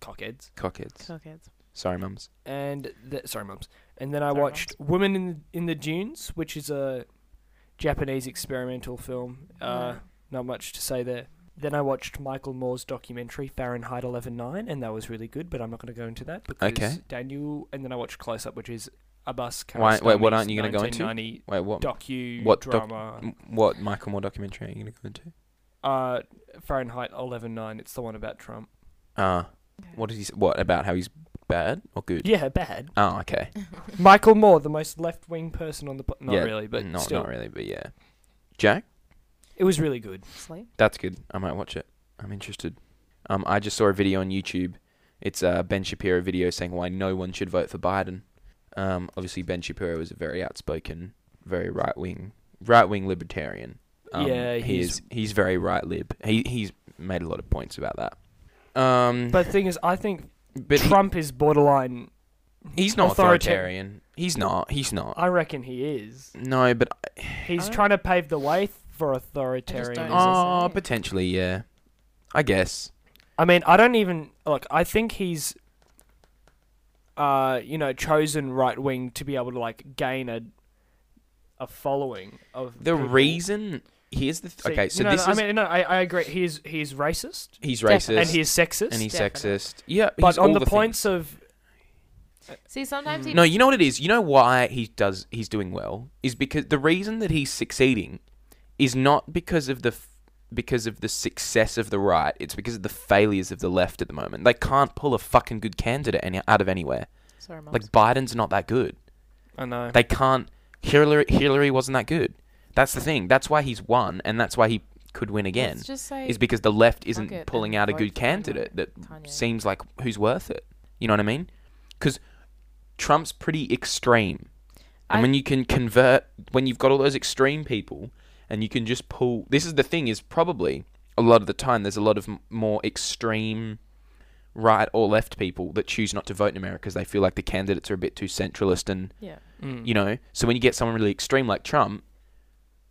cockheads.
cockheads.
Cockheads.
Sorry, mums.
and th- sorry, mums. And then I
Sorry,
watched Woman in the, in the Dunes, which is a Japanese experimental film. Uh,
Right.
Not much to say there. Then I watched Michael Moore's documentary Fahrenheit 11.9, and that was really good. But I'm not going to go into that because
Okay.
Daniel. And then I watched Close Up, which is Abbas
Why- wait, what aren't
Kiarostami's
you gonna go into?
1990
Wait, what?
Docu
What doc-
drama?
m- what Michael Moore documentary are you going to go into?
uh, Fahrenheit 11.9. It's the one about Trump.
Ah,
Okay.
what did he? s- What about how he's bad or good?
Yeah, bad.
Oh, okay.
Michael Moore, the most left-wing person on the pl- not
Yeah,
really, but
not
still,
not really, but yeah. Jack,
it was really good.
Sleep.
that's good. I might watch it. I'm interested. Um, I just saw a video on YouTube. It's a Ben Shapiro video saying why no one should vote for Biden. Um, obviously Ben Shapiro is a very outspoken, very right wing, right wing libertarian. Um,
Yeah,
he
he's-
is. He's very right lib. He he's made a lot of points about that. Um, but,
But the thing is, I think
he-
Trump is borderline.
he's not
authoritarian.
authoritarian. He's not. He's not.
I reckon he is.
No, but
He's
I-
trying to pave the way for authoritarianism.
Is this
oh,
it?
potentially, yeah. I guess.
I mean, I don't even look. I think he's, uh, you know, chosen right wing to be able to like gain a, a following of
The
people.
reason here's the th-
See,
okay. So
no,
this
no,
is
I mean, no, I, I agree. He is he is racist
he's
Definitely.
racist
and he is sexist.
and he's
Definitely.
sexist. Yeah,
but
he's
on
all
the,
the
points of
See, sometimes
Mm.
he.
No, you know what it is. You know why he does he's doing well is because the reason that he's succeeding is not because of the f- because of the success of the right. It's because of the failures of the left at the moment. They can't pull a fucking good candidate any, out of anywhere.
Sorry, mum.
Like Biden's not that good.
I know
They can't. Hillary Hillary wasn't that good. That's the thing. That's why he's won, and that's why he could win again.
Let's just say
Is because the left isn't
it
pulling
and
out a
vote
good
for Kanye.
candidate that
Kanye.
seems like who's worth it. You know what I mean? Because Trump's pretty extreme, and
I-
when you can convert, when you've got all those extreme people, and you can just pull. This is the thing: is probably a lot of the time there's a lot of m- more extreme right or left people that choose not to vote in America because they feel like the candidates are a bit too centralist and
Yeah.
Mm.
you know so when you get someone really extreme like trump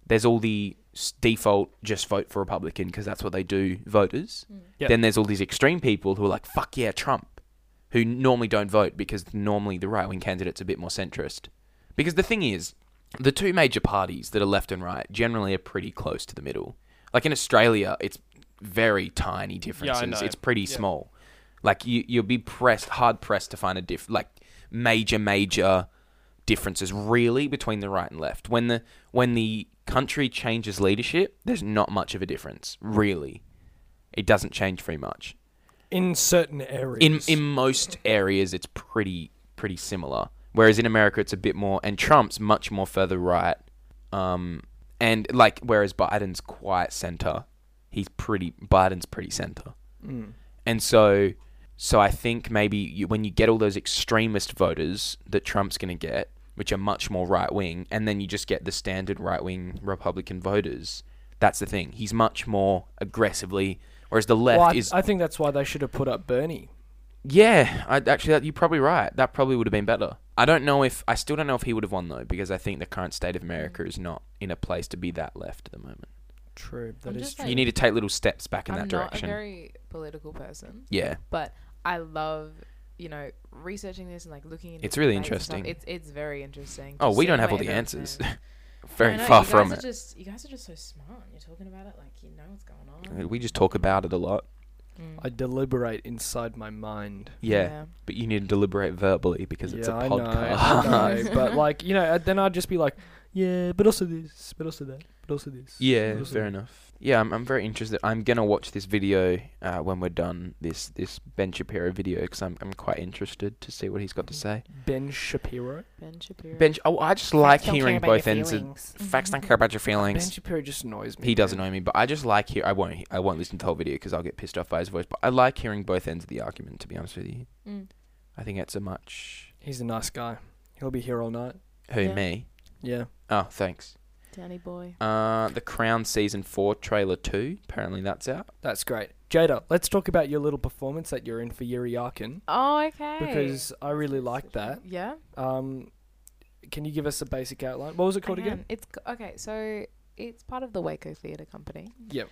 there's all the s- default just vote for republican because that's what they do voters
Yeah.
then there's all these extreme people who are like fuck yeah trump who normally don't vote because normally the right-wing candidate's a bit more centrist because the thing is the two major parties that are left and right generally are pretty close to the middle like in australia it's very tiny differences
know.
it's pretty
Yeah.
small like you you'll be pressed hard pressed to find a diff like major major differences really between the right and left. When the when the country changes leadership, there's not much of a difference, really. It doesn't change very much.
in certain
In
areas.
in most areas it's pretty pretty similar. Whereas in America it's a bit more and Trump's much more further right. Um and like whereas Biden's quite center. He's pretty Biden's pretty center.
Mm.
And so, so I think maybe you, when you get all those extremist voters that Trump's going to get, which are much more right wing, and then you just get the standard right wing Republican voters. That's the thing. He's much more aggressively, whereas the left
Well, I,
is.
I think that's why they should have put up Bernie.
yeah, I, actually, that, you're probably right. That probably would have been better. I don't know if I
Mm.
still don't know if he would have won though, because I think the current state of America is not in a place to be that left at the moment.
True.
I'm
That is
just,
true.
like-
You need to take little steps back in
I'm
that
not
direction.
a very political person,
yeah.
but I love you know researching this and like looking. Into
It's really
debates and stuff.
interesting.
It's it's very interesting.
Oh,
Just
we
seeing
don't have all
where
the
everyone's
answers.
at.
Very
I know,
far
you
from
guys
it.
are Just, you guys are just so smart. You're talking about it like you know what's going on.
Uh, We just talk about it a lot.
Mm.
I deliberate inside my mind.
Yeah, but you need to deliberate verbally because it's
yeah,
a
I
podcast.
Know, I know, but like you know, uh, then I'd just be like, yeah, but also this, but also that, but also this.
yeah,
but also
fair
that."
enough. Yeah, I'm, I'm very interested. I'm gonna watch this video uh, when we're done this this Ben Shapiro video because I'm I'm quite interested to see what he's
Mm.
got to say.
Ben Shapiro.
Ben Shapiro.
Ben, Sh- oh, I just like hearing both ends. Of, facts
Mm-hmm.
don't care about your
Ben
feelings.
Shapiro just annoys me.
He doesn't
man.
know me, but I just like hear. I won't. he- I won't listen to the whole video because I'll get pissed off by his voice. But I like hearing both ends of the argument. To be honest with you,
Mm.
I think that's a much.
He's a nice guy. He'll be here all night.
Who
Yeah.
me?
Yeah.
Oh, thanks.
Danny boy.
Uh, the Crown season four trailer two. Apparently that's out.
That's great. Jada, let's talk about your little performance that you're in for Yuri Arkin
Oh, okay.
because I really liked that.
yeah.
Um, can you give us a basic outline? What was it
I
called again?
can. It's c- okay. So it's part of the Waco Theatre Company.
Yep.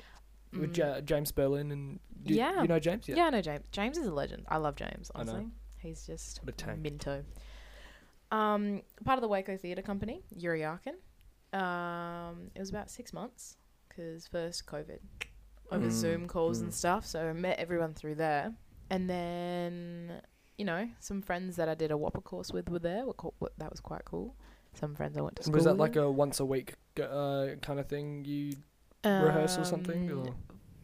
With
Mm.
ja- James Berlin and do-
Yeah.
you know James?
Yeah. I know James. James is a legend. I love James.
I know.
Honestly, he's just
What a tank.
minto. Um, part of the Waco Theatre Company, Yuri Arkin. Um, it was about six months because first COVID over
Mm,
Zoom calls and
mm.
stuff, so I met everyone through there, and then you know some friends that I did a Whopper course with were there. Were co- were- that was quite cool. Some friends I went to school.
Was that
with.
like a once a week uh, kind of thing you
Uh,
rehearse or something?
Um,
Or?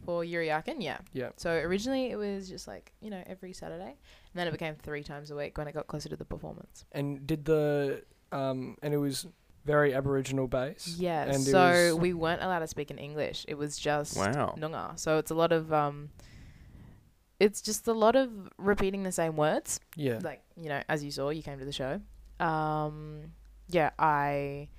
for Yuriakin, yeah.
Yeah.
So originally it was just like, you know, every Saturday. And then it became three times a week when it got closer to the performance.
And did the um and it was very Aboriginal based.
Yeah.
And it
so
was-
we weren't allowed to speak in English. It was just
Wow.
Noongar. So it's a lot of um it's just a lot of repeating the same words.
Yeah.
Like, you know, as you saw, you came to the show. Um yeah, I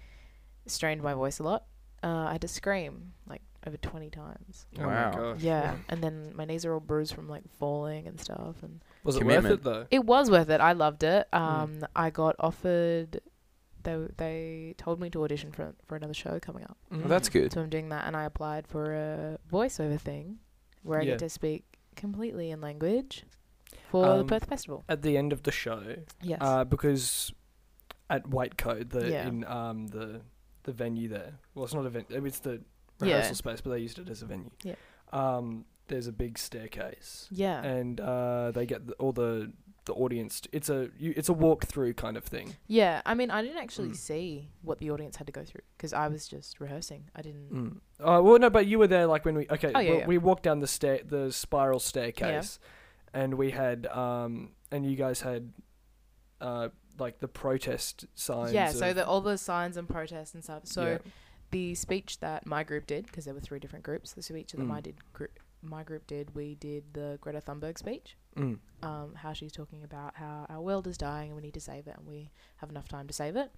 strained my voice a lot. Uh, I had to scream like over twenty times.
Oh my
Wow.
gosh.
Yeah, and then my knees are all bruised from like falling and stuff. And
Was it worth
Commitment.
it though?
it was worth it. I loved it. Um,
Mm.
I got offered. They they told me to audition for for another show coming up,
Mm.
Well, that's good.
so I'm doing that, and I applied for a voiceover thing, where I
Yeah.
get to speak completely in language, for the
Um,
Perth Festival.
At the end of the show,
Yes.
uh, because at White Code, the
Yeah.
in um the the venue there. Well, it's not a venue. It's the
Yeah.
rehearsal space, but they used it as a venue.
Yeah.
Um, there's a big staircase,
yeah.
and uh, they get the, all the the audience. t- It's a you, it's a walk through kind of thing.
yeah. I mean, I didn't actually
Mm.
see what the audience had to go through because I was just rehearsing. I didn't.
Mm. Uh, well, no, but you were there like when we okay.
Oh, yeah,
well,
yeah.
We walked down the stair, the spiral staircase, and we had um, and you guys had, uh, like the protest signs.
Yeah. So
of-
the, all the signs and protests and stuff. So.
yeah.
the speech that my group did because there were three different groups the speech that
Mm.
my did gr- my group did we did the greta thunberg speech
Mm.
um, how she's talking about how our world is dying and we need to save it and we have enough time to save it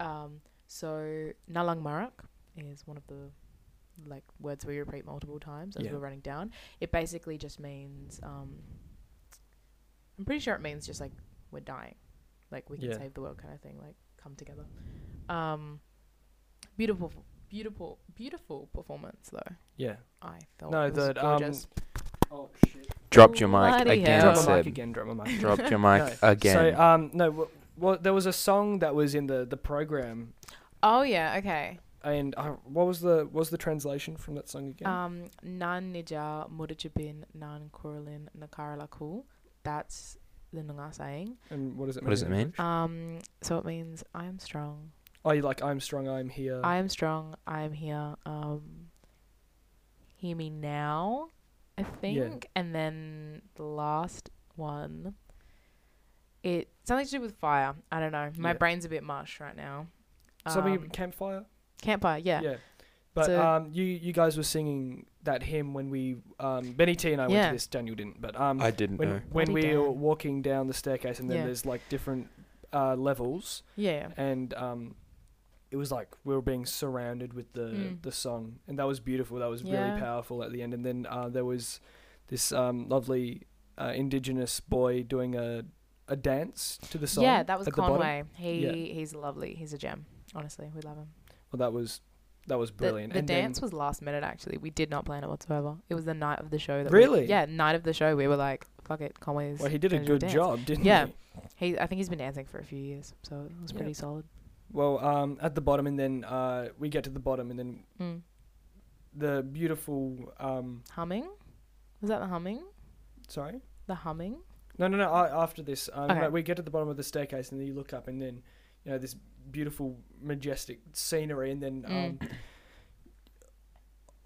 um, so nalang marak is one of the like words we repeat multiple times as
Yeah.
we're running down it basically just means um, i'm pretty sure it means just like we're dying like we can
Yeah.
save the world kind of thing like come together um, beautiful beautiful beautiful performance though
yeah.
i thought
No,
it was
that, um,
gorgeous.
Oh shit.
Dropped your mic
Bloody
again,
hell.
Drop my mic
Seb.
again. Drop my mic.
Dropped your mic
No.
again.
So um no, w- well there was a song that was in the the program,
oh yeah okay
and uh, what was the what was the translation from that song again?
um nan nija mudachibin nan kurlin nakaralaku that's the Noongar saying
and what does it mean?
what does
in
it mean?
English?
um so it means i am strong
oh, you like I'm strong, I'm here.
i am strong i am here um hear me now i think and then the last one it something to do with fire i don't know my
Yeah.
brain's a bit mush right now
Something
Um,
campfire.
Campfire, yeah.
Yeah. But
So-
um, you you guys were singing that hymn when we um, Benny T and I went
Yeah.
to this. Daniel didn't, but um,
didn't
when when
Bloody
we were
Dan.
walking down the staircase and then
Yeah.
there's like different uh, levels
Yeah.
and um, it was like we were being surrounded with the
Mm.
the song and that was beautiful. That was
Yeah.
really powerful at the end. And then uh, there was this um, lovely uh, indigenous boy doing a a dance to the song.
Yeah, that was
at the bottom.
Conway. He he's lovely. He's a gem. Honestly, we love him.
Well, that was That was brilliant.
The, the
and
dance
then,
was last minute actually. We did not plan it whatsoever. It was the night of the show. That
Really?
We, yeah, night of the show. We were like, "Fuck it, Conway's."
well, he did a
gonna do a
good
dance.
job, didn't
Yeah.
he?
He, I think he's been dancing for a few years, so it was
Yeah.
pretty solid.
Well, um, at the bottom, and then uh, we get to the bottom, and then
Mm.
the beautiful. Um,
Humming? Was that the humming?
sorry.
The humming?
No, no, no. a- After this, um,
Okay.
no, we get to the bottom of the staircase, and then you look up, and then you know this beautiful, majestic scenery, and then
Mm.
um,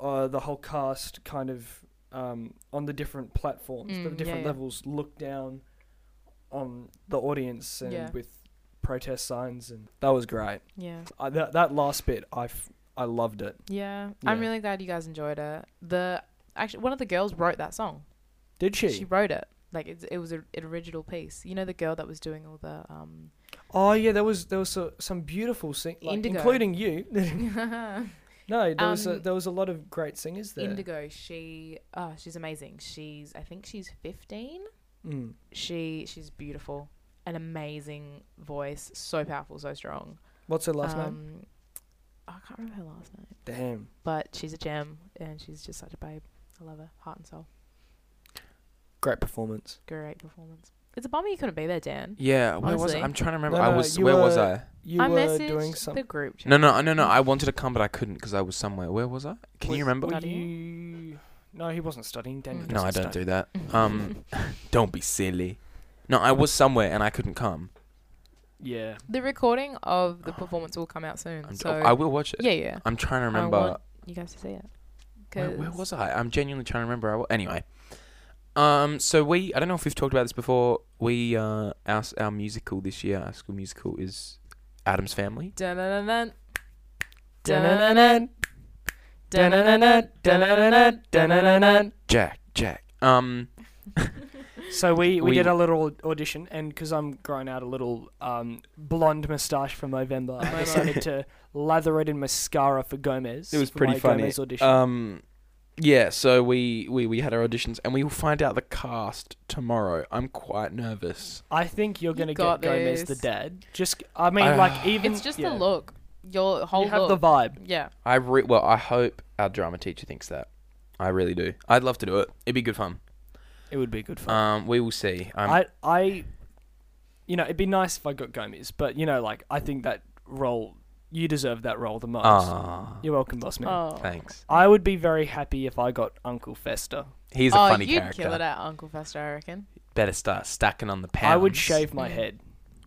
uh, the whole cast kind of um, on the different platforms,
Mm,
the
yeah,
different
yeah.
levels, look down on the audience, and
Yeah.
with protest signs, and that was great.
Yeah.
I, that that last bit, I f- I loved it.
yeah.
Yeah.
I'm really glad you guys enjoyed it. The actually one of the girls wrote that song.
Did she?
She wrote it. Like it, it was a, an original piece. You know the girl that was doing all the um
oh yeah, there was there was so, some beautiful sing, like,
Indigo.
including you. no, there was a,
Um,
there was a lot of great singers there.
Indigo. She oh, she's amazing. She's I think she's 15.
Mm.
She she's beautiful. An amazing voice, so powerful, so strong.
What's her last name?
Um, I can't remember her last name.
Damn.
but she's a gem and she's just such a babe. I love her, heart and soul.
Great performance.
Great performance. It's a bummer you couldn't be there, Dan.
Yeah, where was
Honestly.
I? I'm trying to remember.
No,
I
no,
was.
you
Where was
were-
I?
You
I
were
messaged
doing
the
something.
group chat.
No, no, no, no. I wanted to come, but I couldn't because I was somewhere. Where was I? Can you remember?
were
you... No, he wasn't studying. Daniel
Mm.
No, I
doesn't
don't
study.
do that.
Mm-hmm.
Um, don't be silly. No, I was somewhere and I couldn't come.
Yeah.
The recording of the performance will come out soon.
Oh. I'm,
Mm,
oh,
so
I will watch it.
yeah, yeah.
I'm trying to
I
remember.
want you guys to see it.
Where, where
'Cause-
was I? I'm genuinely trying to remember. I wa- anyway, um, so we I don't know if we've talked about this before. We uh, our s- our musical this year, our school musical is Adam's Family.
Dun-dun-dun-dun,
Dun-dun-dun-dun, dun-dun-dun-dun, dun-dun-dun-dun, dun-dun-dun-dun.
Jack, Jack. Um,
So we, we,
We-
did a little audition, and because I'm growing out a little um, blonde moustache for November, I
Momo.
decided to lather it in mascara for Gomez.
It was
for
pretty
my
funny.
Gomez audition.
um, yeah. So we we we had our auditions, and we will find out the cast tomorrow. I'm quite nervous.
I think you're
You
gonna get
got
Gomez the
this.
dad. Just I mean,
Uh,
like even
It's just
yeah.
the look. Your whole
You have the
look.
vibe.
yeah.
I re- well, I hope our drama teacher thinks that. I really do. I'd love to do it. It'd be good fun.
It would be good fun.
Um, we will see. I'm,
I, I, you know, it'd be nice if I got Gomez, but you know, like I think that role, you deserve that role the most.
Ah,
You're welcome, boss man.
Oh.
thanks.
I would be very happy if I got Uncle Fester.
He's a
oh,
funny
you'd
character.
kill it at Uncle Fester, I reckon.
Better start stacking on the pounds.
I would shave my
Mm.
head.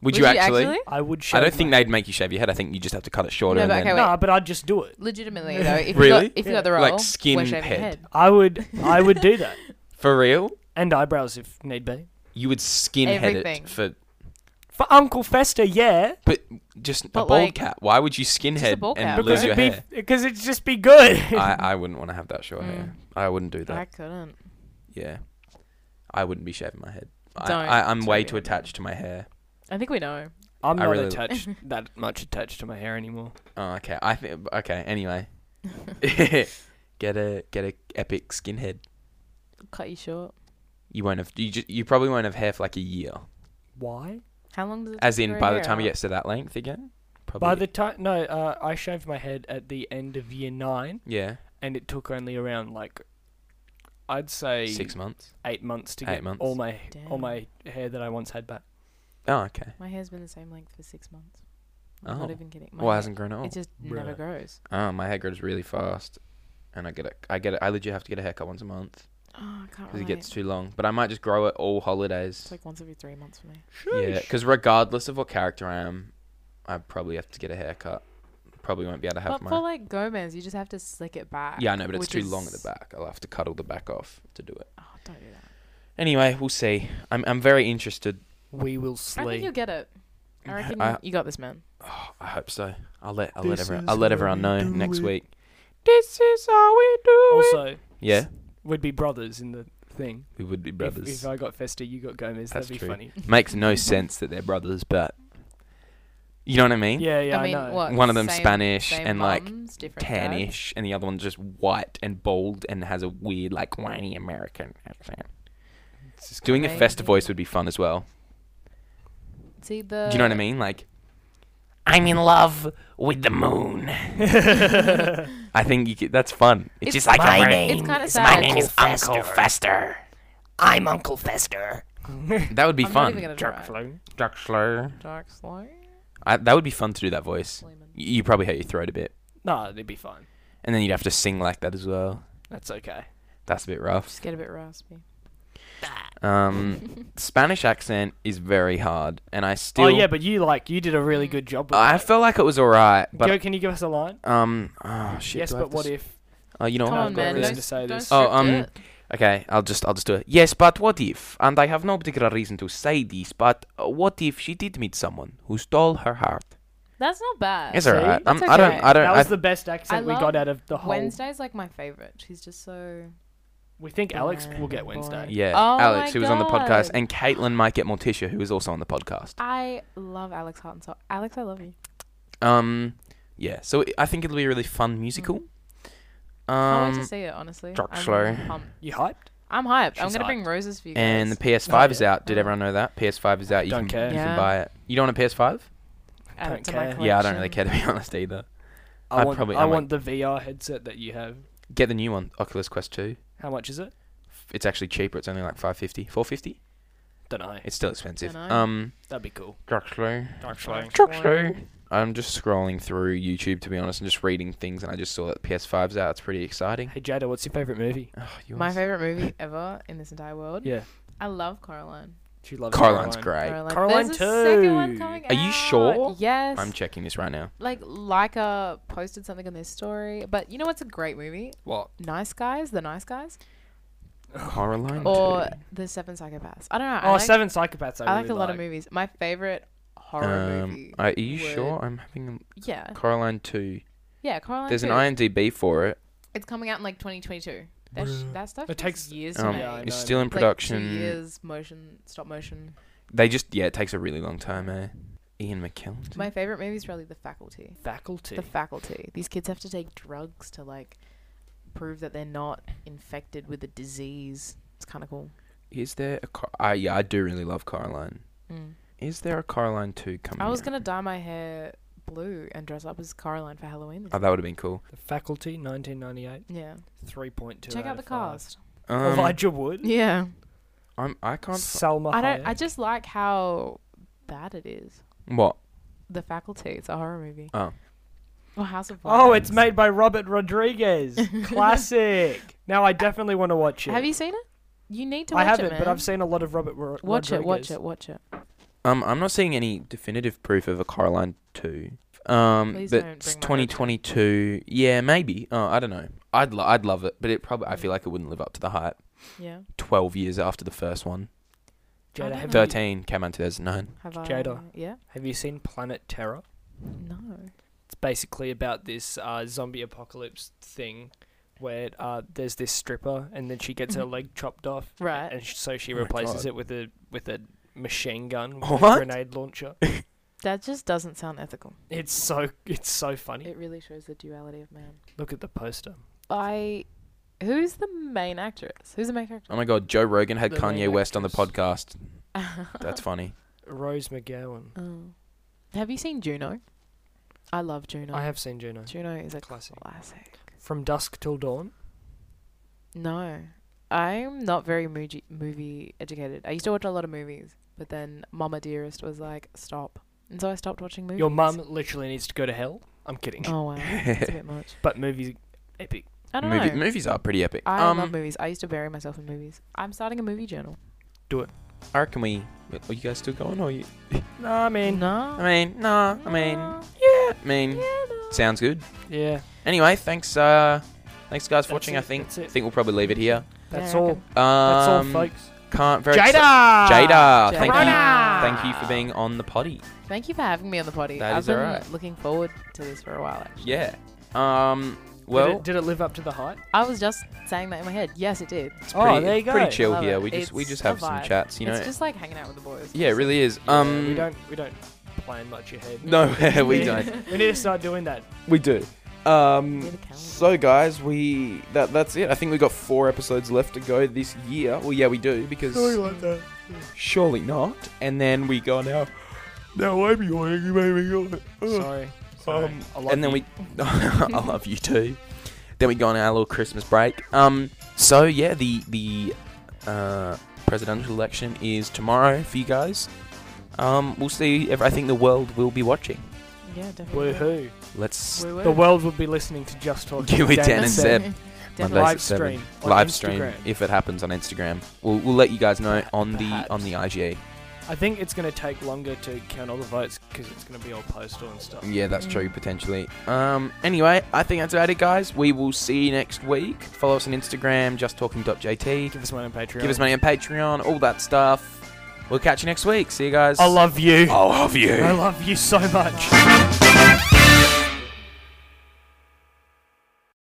Would, you actually?
I would shave.
I don't
my
think they'd make you shave your head. I think you just have to cut it shorter.
No,
and
but
then,
okay, wait.
Nah, but I'd just do it.
Legitimately though, if
Really?
you got, if you
Yeah.
got the role,
Like
we're
skin
shaving your
head.
I would. I would do that,
For real,
and eyebrows if need be.
you would skin head
Everything.
it for
For Uncle Fester, yeah,
just a
But,
bald
like,
cat. Why would you skin
just a
head
bald
and
cat,
lose
right?
because
your
it'd be
hair?
because it'd just be good.
I, I wouldn't want to have that short
Mm.
hair. I wouldn't do
I
that.
couldn't.
Yeah, I wouldn't be shaving my head. I,
Don't.
I, I'm
It's
way
really
too
annoying.
attached to my hair.
I think we know.
I'm
I
not
really-
attached that much attached to my hair anymore.
Oh, okay. I think. Okay. Anyway, get a get a epic skinhead.
Cut you short.
You won't have. You just, you probably won't have hair for like a year.
Why?
How long does it
As
take
in,
for a
by the
hair
time it
out?
gets to that length again, probably.
By the time no, uh, I shaved my head at the end of year nine.
yeah,
and it took only around like I'd say
six months.
eight months to
Eight
get
months.
all my all
Damn.
my hair that I once had back.
Oh, okay.
My hair's been the same length for six months. I'm
Oh,
not even kidding. My
well, it
hair-
hasn't grown at all.
It just never
Right.
grows.
Oh, my hair grows really fast, and I get it. I get it. I legit have to get a haircut once a month
Oh, I can't
because it
relate.
gets too long. But I might just grow it all holidays.
It's like once every three months for me.
Yeah, because regardless of what character I am, I probably have to get a haircut. Probably won't be able to have
But
my.
for like Gomez, you just have to slick it back.
yeah, I know, but it's
which
too long at the
is-
back. I'll have to cut all the back off to do it.
Oh, don't do that.
Anyway, we'll see. I'm I'm very interested.
We will
I think
sleep.
you'll get it. I reckon
I-
you got this, man.
Oh, I hope so. I'll let I'll
This
let everyone
is
I'll let
how
everyone
we
know
do
next
it.
week. This is how we do it.
Also,
Yeah,
we'd be brothers in the thing.
we would be
If-
brothers.
If, I got Fester, you got Gomez.
That's
that'd be
true.
funny.
Makes no sense that they're brothers, but you know what I mean.
Yeah, yeah, I,
I mean,
know.
what?
One of them's
same-
Spanish
same
and, like,
mums, different dads?
Tannish, and the other one's just white and bald and has a weird, like, whiny American accent. Doing a
crazy.
Festa voice would be fun as well.
See the.
Uh,
Do you know what I mean? Like, I'm in love with the moon. I think you could, that's fun. It's,
It's
just like
my
a-
name.
It's kind of
is-
sad.
My name is
Uncle
Uncle Fester. I'm Uncle Fester.
That would be
I'm not
fun.
even gonna try.
Jack Sloan.
Drexler.
Dark Sloan?
I, that would be fun to do that voice.
Sleeman.
You, you probably hurt your throat a bit,
Nah, they'd be fine.
and then you'd have to sing like that as well.
That's okay. Oh,
That's a bit rough.
Just get a bit raspy.
Um, Spanish accent is very hard, and I still.
oh yeah, but you like you did a
Mm.
really good job. With
I
that.
felt like it was alright, but
Joe, can you give us a line?
um, oh shit.
yes,
do I have
but
to
what
s-
if?
Oh, you know
Come
what?
I've
on,
got
man.
reason
Don't,
to say
don't
this.
Oh,
script
um,
it.
Okay, I'll just I'll just do it. Yes, but what if? And I have no particular reason to say this, but uh, what if she did meet someone who stole her heart?
That's not bad.
It's
See?
alright. I'm-
Uh, That's
I don't.
okay.
I don't.
That
I,
was the best accent we
love
got out of the whole.
Wednesday's like my favorite. She's just so.
We think Alex will get
Boring.
Wednesday.
yeah,
Oh
Alex,
my
who was on the podcast,
God.
and Caitlin might get Morticia, who is also on the podcast.
I love Alex Hart and so Alex, I love you.
Um, yeah. So I- I think it'll be a really fun musical.
Mm. Can't wait
Um,
to see it, honestly.
Jack
I'm
Sloan.
pumped.
You hyped?
I'm hyped. I'm
She's
gonna bring
hyped.
roses for you guys. Oh.
and the PS5 is
yeah.
out. Did everyone know that? PS5 is out. You
Don't
can,
care.
You can
Yeah.
buy it. You don't want a PS5?
Add
don't
it to my
care.
Yeah, I don't really care
collection.
to be honest either.
I
I'd
want,
probably- I
I
might-
want the VR headset that you have.
Get the new one, Oculus Quest 2.
How much is it?
It's actually cheaper. It's only like 550, 450.
Don't know.
It's still expensive.
Dunno.
Um,
That'd be cool.
Druxlow.
Actually,
I'm just scrolling through YouTube to be honest and just reading things, and I just saw that PS5's out. It's pretty exciting.
hey Jada, what's your favorite movie?
Oh, yours.
My favorite movie ever in this entire world.
Yeah,
I love Coraline.
she loves
Caroline's
Caroline.
great.
Coraline,
Coraline
There's a second one
too.
coming
Are you
out.
sure?
Yes.
I'm checking this right now.
like Leica posted something on their story, but you know what's a great movie?
What?
Nice Guys, The Nice Guys,
Coraline.
or
too.
The Seven Psychopaths. I don't know. I
Oh,
like,
Seven Psychopaths. I,
I like
really
a lot of movies. My favorite horror
Um,
movie.
are you
would-
sure? I'm having
Yeah,
Coraline 2.
yeah. Coraline.
There's an
too.
IMDb for it.
It's coming out in like 2022. That, sh- that stuff
It
takes
takes-
years to
Um,
make.
Yeah, I
it's
know.
still in
It's
production.
Like two years, motion, stop motion.
They just yeah, it takes a really long time. Eh? Ian McKellen.
My favorite movie is probably The Faculty.
Faculty.
The faculty. These kids have to take drugs to like prove that they're not infected with a disease. It's kind of cool.
Is there a Car- I yeah, I do really love Coraline.
Mm.
Is there a Coraline two coming?
I was
out?
gonna dye my hair blue and dress up as Caroline for Halloween. This
Oh, that would have been cool.
The Faculty, 1998,
yeah,
3.2.
check
out,
out the
of five.
cast.
Um,
Elijah Wood.
Yeah,
I'm, I can't. F-
Salma
I don't. I
Hayek.
just like how bad it is.
what?
The faculty. It's a horror movie.
Oh.
Well, House of
Oh, it's
Vibes.
made by Robert Rodriguez. Classic. Now I definitely want to watch it.
Have you seen it? You need to.
I
watch
haven't,
it, man.
but I've seen a lot of Robert Ro-
Watch it. Watch
Rodriguez.
it. Watch it.
Um, I'm not seeing any definitive proof of a Coraline two. Um,
Please
but
don't
it's
bring my hopes up.
2022. Yeah, maybe. Oh, I don't know. I'd lo- I'd love it, but it probably I feel like it wouldn't live up to the hype.
Yeah.
Twelve years after the first one.
Jada,
don't
have
know.
you,
Thirteen came out in 2009.
Have I?
Jada.
Yeah.
have you seen Planet Terror?
No.
it's basically about this uh, zombie apocalypse thing where uh, there's this stripper and then she gets her leg chopped off
Mm-hmm. Right.
and sh- so she
Oh my
replaces
God.
it with a with a machine gun with
What?
a grenade launcher
That just doesn't sound ethical.
it's so it's so funny
It really shows the duality of man.
look at the poster
I. Who's the main actress? Who's the main character?
Oh my god, Joe Rogan had
The Uh-huh.
Kanye
main
West on the
actress.
podcast. That's funny.
rose mcgowan
Oh. Have you seen Juno? I love Juno.
i have seen juno
Juno is a
Classic.
classic.
from dusk till dawn
No, I'm not very movie movie educated. I used to watch a lot of movies, but then Mama Dearest was like, stop, and so I stopped watching movies.
your mum literally needs to go to hell i'm kidding
Oh wow, that's a bit much.
but movies epic
I don't
Movie,
know.
movies are pretty epic.
I
um,
love movies. I used to bury myself in movies. I'm starting a movie journal.
I reckon we. Are you guys still going? Or you?
no i mean
No.
I mean, nah.
Uh-huh.
I mean,
no,
yeah. I mean,
yeah, no.
sounds good.
yeah
Anyway, thanks. Uh, thanks guys for
That's
watching. I
it,
think
that's it.
I think we'll probably leave it here.
that's
Yeah, I
all
reckon.
Um,
that's all folks
Can't very
jada
exci-
Ah,
Jada. Thank
Jada.
you. Thank you for being on the potty.
Thank you for having me on the potty.
That
I've
is
been
alright.
looking forward to this for a while. Actually.
Yeah. Um.
did,
Well,
it, did it live up to the hype
I was just saying that in my head. Yes, it did.
it's
Oh,
pretty,
there you
it's pretty
go.
chill
Love
here.
it.
We just we
It's
just
a
have some
vibe.
chats. You know.
it's just like hanging out with the boys.
yeah, it really is.
Yeah,
Um.
we don't we don't plan much ahead.
No, we
Yeah.
don't.
We need to start doing that.
We do. Um,
Need a calendar.
so guys, we that that's it. I think we've got four episodes left to go this year. Well, yeah, we do because surely not. And then we go on our Now I'm yawning, you made me yawn. Ugh.
Sorry. sorry.
Um,
I love
and then
you.
we, I love you too. Then we go on our little Christmas break. Um, so yeah, the the uh, presidential election is tomorrow for you guys. Um, we'll see. If, I think the world will be watching.
Yeah, definitely.
Woohoo.
Let's
Woo-woo.
The world would be listening to Just Talk.
You
with
with Dan and
Seb.
Seb.
Definitely.
Mondays
Live
at seven.
stream on
live stream
Instagram.
if it happens on Instagram. We'll, we'll let you guys know on the on
Perhaps.
the IGA.
I think it's going to take longer to count all the votes because it's going to be all postal and stuff.
Yeah, that's
Mm.
true potentially. Um, anyway, I think that's about it, guys. We will see you next week. Follow us on Instagram, justtalking.jt.
Give us money on Patreon.
Give us money on Patreon, all that stuff. We'll catch you next week. See you guys.
I love you.
I love you.
I love you so much.
Bye.